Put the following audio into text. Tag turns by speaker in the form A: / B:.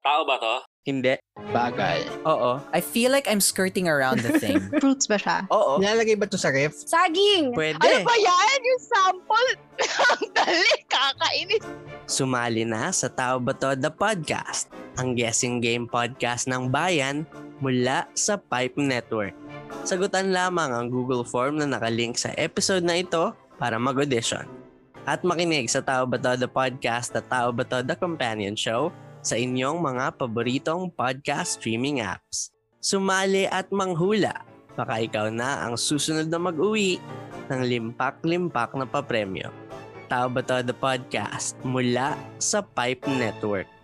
A: Tao ba to?
B: Hindi.
C: Bagay.
B: Oo. I feel like I'm skirting around the thing.
D: Fruits ba siya?
B: Oo.
C: Nilalagay ba to sa ref?
D: Saging!
B: Pwede.
D: Ano ba yan? Yung sample? Ang dali, kakainis.
E: Sumali na sa Tao Ba To The Podcast, ang guessing game podcast ng bayan mula sa Pipe Network. Sagutan lamang ang Google Form na nakalink sa episode na ito para mag-audition. At makinig sa Tao Ba To The Podcast at Tao Ba To The Companion Show sa inyong mga paboritong podcast streaming apps. Sumali at manghula. Baka ikaw na ang susunod na mag-uwi ng limpak-limpak na papremyo. Tao Ba To The Podcast mula sa Pipe Network.